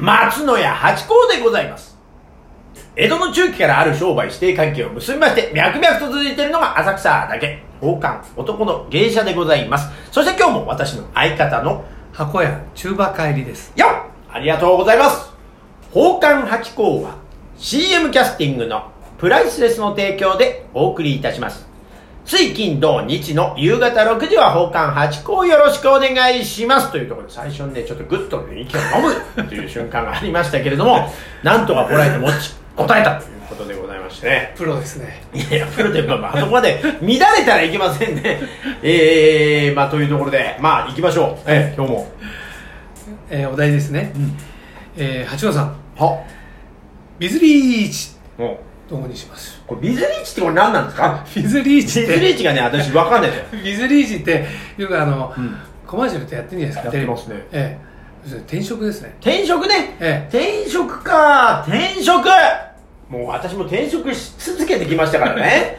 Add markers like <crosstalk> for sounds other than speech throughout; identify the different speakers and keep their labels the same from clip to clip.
Speaker 1: 松野屋八甲でございます。江戸の中期からある商売指定関係を結びまして、脈々と続いているのが浅草だけ、宝冠男の芸者でございます。そして今日も私の相方の、
Speaker 2: 箱屋中馬帰りです
Speaker 1: よっありがとうございます宝冠八甲は CM キャスティングのプライスレスの提供でお送りいたします。つい金土日の夕方6時は宝冠八甲よろしくお願いしますというところで最初にね、ちょっとグッとね、息を飲むという瞬間がありましたけれども、なんとかこらえて持ちこたえたということでございましてね。
Speaker 2: プロですね
Speaker 1: いやいや、プロで、まあまあ、あそこまで乱れたらいけませんね。ええまあ、というところで、まあ、行きましょう。ええ、今日も。
Speaker 2: えーお題ですね、
Speaker 1: ん
Speaker 2: えー八幡さん
Speaker 1: は
Speaker 2: ビズリーチ
Speaker 1: もうん。
Speaker 2: どうにします
Speaker 1: これビズリーチってこれ何なんですか
Speaker 2: ビズリー
Speaker 1: ビ
Speaker 2: チ
Speaker 1: ズ
Speaker 2: っ
Speaker 1: リー
Speaker 2: て
Speaker 1: チがね私分かんないのよ
Speaker 2: ビズリーチってよくあの、
Speaker 1: ん
Speaker 2: コマーシャルってやってるじゃないですか
Speaker 1: やってますね
Speaker 2: テレビええそれ転職ですね
Speaker 1: 転職ね、
Speaker 2: え
Speaker 1: 転職か転職もう私も転職し続けてきましたから
Speaker 2: <laughs>
Speaker 1: ね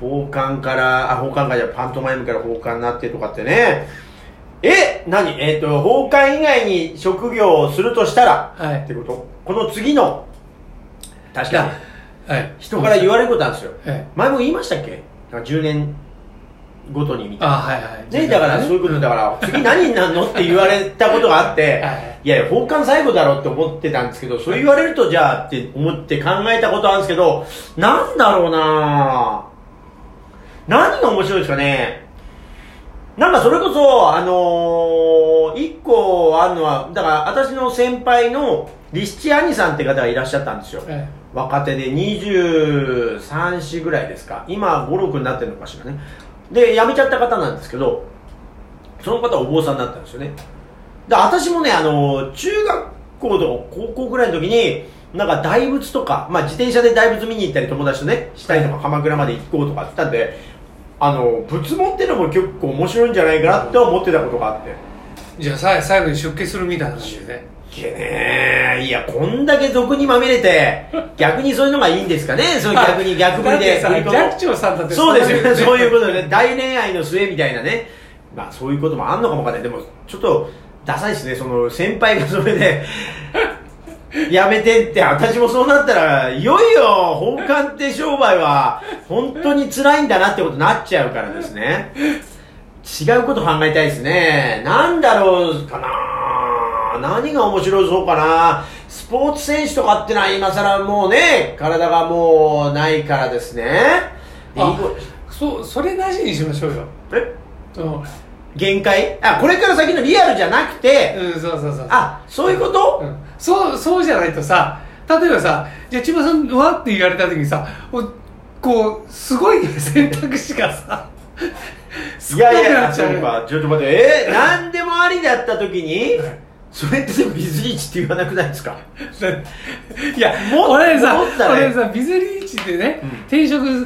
Speaker 1: 奉還からあ奉還からじゃないパントマイムから奉還になってとかってねえ何えっ、と奉還以外に職業をするとしたら、
Speaker 2: はい
Speaker 1: ってことこの次の確かに
Speaker 2: はい
Speaker 1: 人から言われることなんですよ、
Speaker 2: え
Speaker 1: 前も言いましたっけなんか10年ごとにみたいな
Speaker 2: あはいはい
Speaker 1: ね、だからそういうことだ
Speaker 2: ら
Speaker 1: から、次何になるのって言われたことがあって
Speaker 2: はい、
Speaker 1: いやいや、奉還最後だろって思ってたんですけど、そう言われるとじゃあって思って考えたことあるんですけど、なんだろうなぁ何が面白いですかねなんかそれこそ、あのー、一個あるのは、だから私の先輩のリシチアニさんって方がいらっしゃったんですよ。
Speaker 2: え
Speaker 1: 若手で23、4ぐらいですか今5、6になってるのかしらねで辞めちゃった方なんですけどその方はお坊さんになったんですよねで私もねあの中学校とか高校ぐらいの時になんか大仏とか、まあ、自転車で大仏見に行ったり友達とねしたりとか鎌倉まで行こうとかって言ったんであの仏門ってのも結構面白いんじゃないかなって思ってたことがあって
Speaker 2: えじゃあさ最後に出家するみたいな感じでね
Speaker 1: いけねえいやこんだけ俗にまみれ
Speaker 2: <laughs>
Speaker 1: て逆にそういうのがいいんですかねそういう逆に逆振りで
Speaker 2: だってさ寂聴さんだって
Speaker 1: そうです
Speaker 2: <laughs>
Speaker 1: よね、そういう
Speaker 2: こ
Speaker 1: ことでね、大恋愛の末みたいなね、まあそういうこともあんのかもわかんない、でもちょっとダサいですね、その先輩がそれで、 <laughs> やめてって、私もそうなったら、いよいよ本館って商売は本当に辛いんだなってことになっちゃうからですね、違うこと考えたいですね、なんだろうかな、何が面白そうかな。スポーツ選手とかってのは今更もうね、体がもうないからですね。で
Speaker 2: あ
Speaker 1: いいこ
Speaker 2: そうそれなしにしましょうよ
Speaker 1: え
Speaker 2: うん
Speaker 1: 限界あこれから先のリアルじゃなくて、
Speaker 2: うん、そうそうそう。
Speaker 1: あそういうこと、
Speaker 2: うん、そう、そうじゃないとさ、例えばさ、じゃあ千葉さんはって言われた時にさ、おこう、すごい選択肢がさ、
Speaker 1: <laughs> いやい
Speaker 2: 少なく
Speaker 1: や
Speaker 2: なっちゃ
Speaker 1: そううかちょっと待ってえー、何でもありだった時にそれってでもビズリーチって言わなくないです <laughs> か
Speaker 2: いや、
Speaker 1: もっと
Speaker 2: 俺さ、
Speaker 1: もっとだね
Speaker 2: 俺さ、ビズリーチでね、
Speaker 1: うん
Speaker 2: 転職っ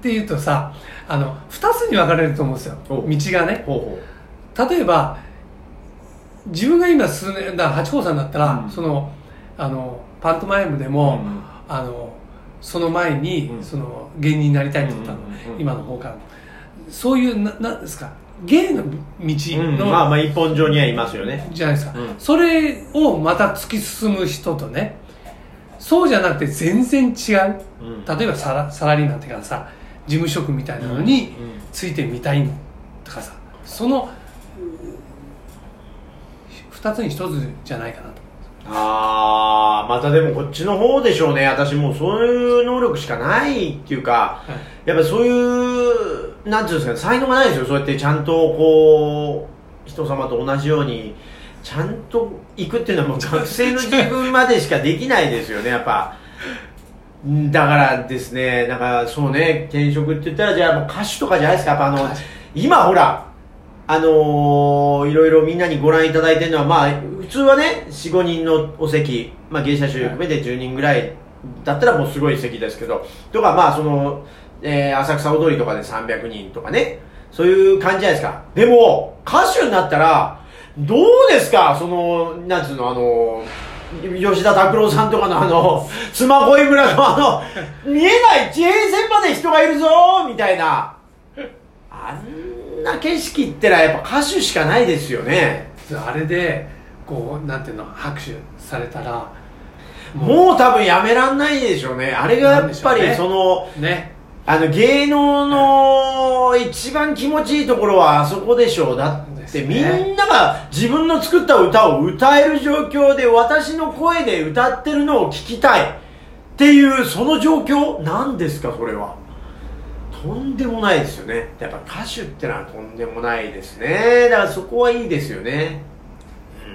Speaker 2: て言うとさ、あの、二つに分かれると思うんですよ。
Speaker 1: お
Speaker 2: 道がね。
Speaker 1: ほうほ
Speaker 2: 例えば、自分が今数年、だ八甲さんだったら、
Speaker 1: うん
Speaker 2: その、あの、パントマイムでも、
Speaker 1: うん
Speaker 2: あの、その前に、
Speaker 1: うん
Speaker 2: その、芸人になりたいと思ったの、
Speaker 1: うんうんうんうん
Speaker 2: 今の方から。そういう、な、なんですか、芸の道
Speaker 1: う、
Speaker 2: の、
Speaker 1: うん、まあまあ一本上にはいますよね
Speaker 2: じゃないですか、
Speaker 1: うん
Speaker 2: それをまた突き進む人とね、そうじゃなくて全然違う。
Speaker 1: うん
Speaker 2: 例えばサラサラリーマンっていうかさ事務職みたいなのに
Speaker 1: うんうん
Speaker 2: ついてみたいのとかさその2つに1つじゃないかなと
Speaker 1: ああまたでもこっちの方でしょうね私もうそういう能力しかないっていうか、
Speaker 2: は
Speaker 1: やっぱそういうなんていうんですか才能がないですよそうやってちゃんとこう人様と同じようにちゃんと行くっていうのはもう学生の自分までしかできないですよねやっぱんだからですねなんかそうね転職って言ったらじゃあもう歌手とかじゃないですかやっぱあの
Speaker 2: 歌手
Speaker 1: 今ほらあのーいろいろみんなにご覧いただいてるのは、まあ、普通はね、4、5人のお席、まあ、芸者集めで10人ぐらいだったらもうすごい席ですけど、とか、まあ、その、えー浅草踊りとかで300人とかね、そういう感じじゃないですか。でも、歌手になったら、どうですかその、なんつうの、あのー吉田拓郎さんとかのあの、 <laughs> スマホ井村のあの、見えない地平線まで人がいるぞみたいな。あんな景色ってのはやっぱ歌手しかないですよね。
Speaker 2: あれでここうなんていうの拍手されたらう
Speaker 1: もう多分やめらんないでしょうねあれがやっぱ
Speaker 2: なんでしょう
Speaker 1: り
Speaker 2: ね
Speaker 1: その、
Speaker 2: ね
Speaker 1: あの芸能の一番気持ちいいところはあそこでしょうだっ
Speaker 2: です
Speaker 1: て
Speaker 2: ね
Speaker 1: みんなが自分の作った歌を歌える状況で私の声で歌ってるのを聞きたいっていうその状況なんですかそれはとんでもないですよねやっぱ歌手ってのはとんでもないですねだからそこはいいですよね、うん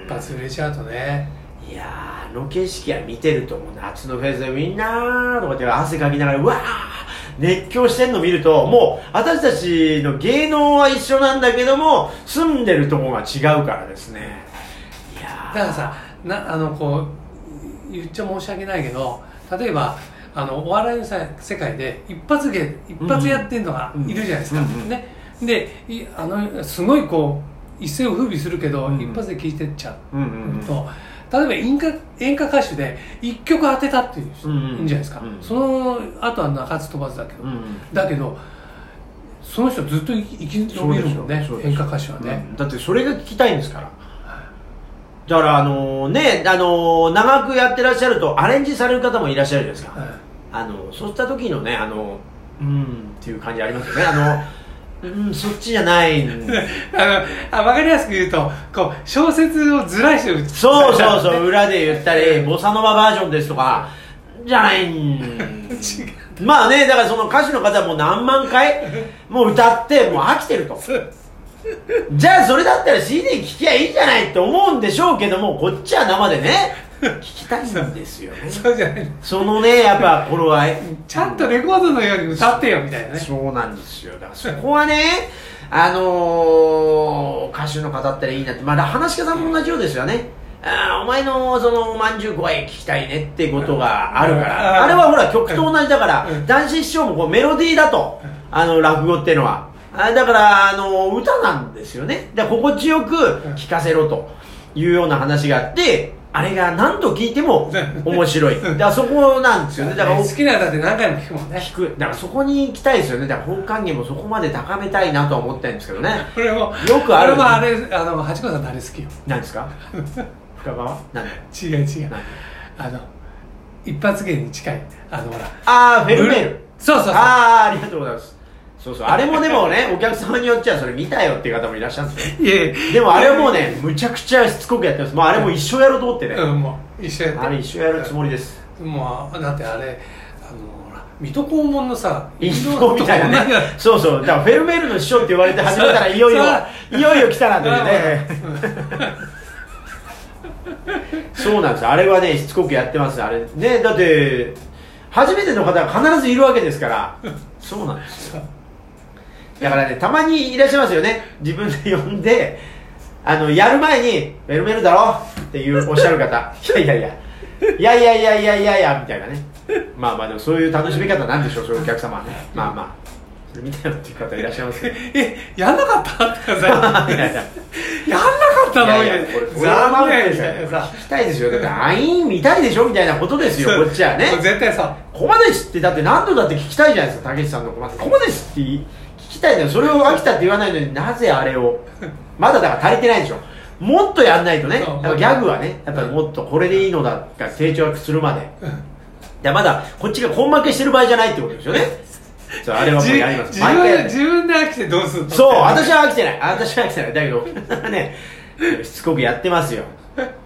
Speaker 2: バズ売れちゃうとね
Speaker 1: いやーあの景色は見てると思う夏のフェスでみんなーとかって汗かきながらうわー熱狂してんの見るともう私たちの芸能は一緒なんだけども住んでるとこが違うからですねい
Speaker 2: だ
Speaker 1: や
Speaker 2: からさなあのこう言っちゃ申し訳ないけど例えばあのお笑いのさ世界で一発芸一発やってるのが
Speaker 1: うん
Speaker 2: いるじゃないですか、
Speaker 1: うんうん
Speaker 2: ねでいあのすごいこう一世を風靡するけど、
Speaker 1: うん
Speaker 2: 一発で聴いてっちゃう
Speaker 1: ーうんうんうん
Speaker 2: と例えば演歌演歌歌手で1曲当てたっていう人
Speaker 1: うんうん
Speaker 2: いいんじゃないですか、
Speaker 1: うん
Speaker 2: その後は鳴かず飛ばずだけど、
Speaker 1: うん
Speaker 2: だけどその人ずっと生き生き延びるもんね
Speaker 1: そうでしょ
Speaker 2: 演歌歌手はね、
Speaker 1: うんだってそれが聞きたいんですからだからあのーねあのー長くやってらっしゃるとアレンジされる方もいらっしゃるじゃないですか、
Speaker 2: はい
Speaker 1: あのそうした時のねあのうんっていう感じありますよねあの <laughs> うんそっちじゃないん
Speaker 2: あのあ分かりやすく言うとこう小説をずらして打つ
Speaker 1: そうそうそう
Speaker 2: う
Speaker 1: 裏で言ったりボサノババージョンですとかじゃないん
Speaker 2: 違
Speaker 1: まあねだからその歌手の方はもう何万回もう歌ってもう飽きてると
Speaker 2: そう
Speaker 1: じゃあそれだったら CD 聴きゃいいじゃないって思うんでしょうけどもこっちは生でね聴きたいんですよね
Speaker 2: そうじゃない
Speaker 1: そのねやっぱ頃は
Speaker 2: ちゃんとレコードのように歌ってよみたいなね
Speaker 1: そうなんですよだからそこはねあのー、歌手の方っていいなってまあ話し家さんも同じようですよねあーお前のそのおまんじゅう声聞きたいねってことがあるから
Speaker 2: うん
Speaker 1: あれはほら曲と同じだから
Speaker 2: うん
Speaker 1: 男子師匠もこうメロディーだとあの落語っていうのはあだからあの歌なんですよねだから心地よく聞かせろというような話があってあれが何度聞いても面白いだからそこなんですよねだから
Speaker 2: 好きな歌って何回も聴くもんね
Speaker 1: 聞くだからそこに行きたいですよねだから本還元もそこまで高めたいなとは思ってるんですけどね
Speaker 2: 俺も
Speaker 1: よくある
Speaker 2: 俺もあれあの八子さんのあれ好きよ
Speaker 1: 何ですか深川何
Speaker 2: 違う違う
Speaker 1: 何
Speaker 2: あの一発芸に近いあのほら
Speaker 1: ああフェルメール
Speaker 2: そうそうそう
Speaker 1: ああありがとうございますそうそうあれもでもねお客様によっちゃそれ見たよっていう方もいらっしゃるんですよ
Speaker 2: いえ
Speaker 1: でもあれはもうねむちゃくちゃしつこくやってますもうあれもう一生やろうと思ってね、
Speaker 2: うんもう一緒やって
Speaker 1: あれ一生やるつもりです
Speaker 2: もうだってあれあのほら水戸黄門のさ
Speaker 1: インドみたいな
Speaker 2: <laughs>
Speaker 1: ねそうそうだからフェルメールの師匠って言われて始めたらいよいよいよいよ来たなというねそうなんですあれはねしつこくやってますあれねだって初めての方が必ずいるわけですからそうなんですよだからねたまにいらっしゃいますよね自分で呼んであのやる前に「メルメルだろ」っていうおっしゃる方いやいやいやいやいやいやいやいやいやみたいなねまあまあでもそういう楽しみ方なんでしょうそういうお客様はねまあまあそれ見たよっていう方いらっしゃいますけど <laughs> い
Speaker 2: えやんなかった
Speaker 1: <laughs>
Speaker 2: ってかさ
Speaker 1: やいや
Speaker 2: やんなかったの
Speaker 1: いや
Speaker 2: みた
Speaker 1: いや
Speaker 2: い
Speaker 1: これこれは
Speaker 2: な
Speaker 1: まあ
Speaker 2: 残念
Speaker 1: 聞
Speaker 2: み
Speaker 1: き
Speaker 2: た
Speaker 1: た
Speaker 2: い
Speaker 1: い
Speaker 2: なさ
Speaker 1: 聞きたいですよだって「アイン見たいでしょ」みたいなことですよこっちはね
Speaker 2: もう絶対さ
Speaker 1: ここまで知ってだって何度だって聞きたいじゃないですかたけしさんのここまでここまで知って聞きたいのよそれを飽きたって言わないのになぜあれをまだだから足りてないでしょもっとやんないとねや
Speaker 2: そう
Speaker 1: っぱギャグはねやっぱりもっとこれでいいのだが成長するまでいやまだこっちが根負けしてる場合じゃないってことですよ
Speaker 2: <laughs>
Speaker 1: ねそうあれはも
Speaker 2: 自
Speaker 1: うやります
Speaker 2: 自
Speaker 1: 毎回やる
Speaker 2: 分自分で飽きてどうすんの
Speaker 1: そう私は飽きてない私は飽きてないだけど <laughs> ねしつこくやってますよ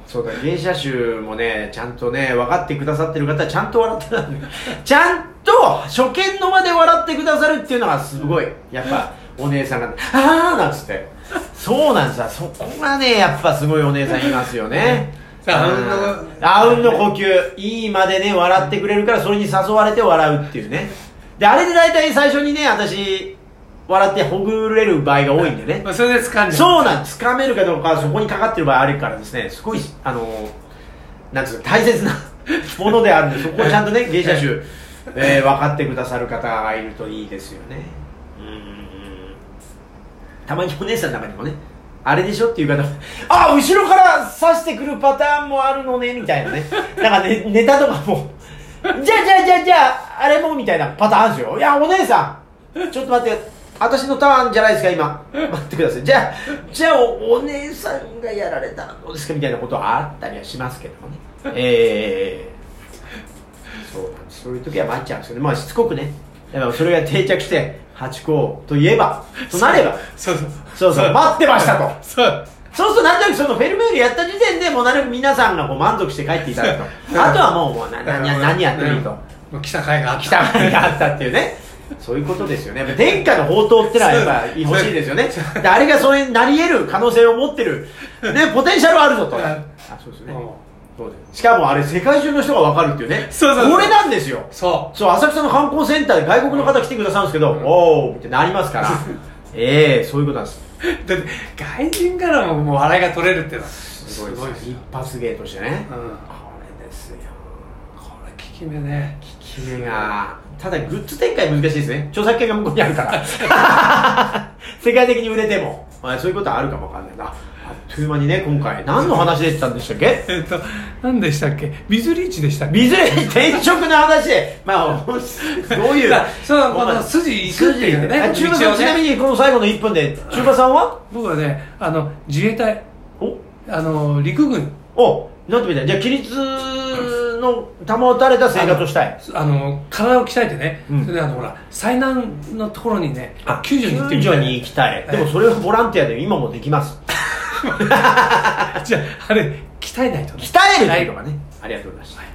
Speaker 1: そうだ芸者集もねちゃんとね分かってくださってる方はちゃんと笑ってたんだよちゃんと初見の間で笑ってくださるっていうのがすごいやっぱお姉さんが「ああ」なんつってそうなんですよそこがねやっぱすごいお姉さんいますよね
Speaker 2: さあ
Speaker 1: うん
Speaker 2: あ
Speaker 1: あ
Speaker 2: う
Speaker 1: うんん
Speaker 2: の
Speaker 1: の呼吸いいまでね笑ってくれるからそれに誘われて笑うっていうねであれで大体最初にね私笑ってほぐれる場合が多いんでね
Speaker 2: まあそれで掴んで
Speaker 1: そうなんつかめるかどうかはそこにかかってる場合あるからですねすごいあのなんつうの大切なものであるんでそこをちゃんとね芸者集、えー分かってくださる方がいるといいですよねうんたまにお姉さんの中にもねあれでしょっていう方もあ後ろから刺してくるパターンもあるのねみたいなねなんかねネタとかもじゃあじゃあじゃあじゃああれもみたいなパターンあるんですよいやお姉さんちょっと待って私のターンじゃないですか今待ってくださいじゃあじゃあおお姉さんがやられたらどうですかみたいなことはあったりはしますけどもねえー、そうなんですそういう時は参っちゃうんですけどまあしつこくねやっぱそれが定着して八甲といえばとなれば
Speaker 2: そうそう
Speaker 1: そうそう待ってましたと
Speaker 2: そう
Speaker 1: そうするとなんとなくそのフェルメールやった時点でもうなるべく皆さんがこう満足して帰っていただく
Speaker 2: そう <laughs>
Speaker 1: とあとはもうもうな何や何やってもいいと
Speaker 2: もう来た甲斐があった
Speaker 1: 来た甲斐があったっていうねそういうことですよねやっぱ天下の宝刀ってのはやっぱ欲しいですよねであれがそれになり得る可能性を持ってる、ね、ポテンシャルはあるぞと
Speaker 2: うん
Speaker 1: あそうですね
Speaker 2: うん
Speaker 1: そうですしかもあれ世界中の人が分かるっていうね
Speaker 2: そうそうそう
Speaker 1: これなんですよ
Speaker 2: そ
Speaker 1: そう浅草の観光センターで外国の方来てくださるんですけど、おーってなります
Speaker 2: <laughs>
Speaker 1: からええそういうことなんです
Speaker 2: うだって外人からももう笑いが取れるっていうのはす
Speaker 1: す
Speaker 2: ご
Speaker 1: ご
Speaker 2: い
Speaker 1: い
Speaker 2: です
Speaker 1: です
Speaker 2: よ
Speaker 1: 一発芸としてね、
Speaker 2: うん
Speaker 1: これですよ
Speaker 2: これ効き目ね
Speaker 1: 決めがただグッズ展開難しいですね著作権が向こうにあるから <laughs> 世界的に売れても、まあ、そういうことはあるかもわかんないなあっという間にね今回何の話でしたんでしたっけ
Speaker 2: えっと何でしたっけビズリーチでしたっけ
Speaker 1: いずれ転職の話 <laughs> でまあどういう
Speaker 2: だそうこ
Speaker 1: <laughs> ま
Speaker 2: の
Speaker 1: あ
Speaker 2: 筋行くっていうね
Speaker 1: あ中馬さん、
Speaker 2: 道をね
Speaker 1: ちなみにこの最後の1分で中馬さんは
Speaker 2: 僕はねあの自衛隊
Speaker 1: お
Speaker 2: あの陸軍
Speaker 1: おなんてみたいじゃあ規律の保たれた生活をしたい
Speaker 2: あの体を鍛えてね、
Speaker 1: うん
Speaker 2: それであのほら災難のところにね
Speaker 1: あ
Speaker 2: 救助に行ってみ
Speaker 1: 救
Speaker 2: た
Speaker 1: 助
Speaker 2: い
Speaker 1: に行きたい、
Speaker 2: はい
Speaker 1: でもそれはボランティアで今もできます
Speaker 2: じゃああれ鍛えないとね
Speaker 1: 鍛えるというのがね、ありがとうございました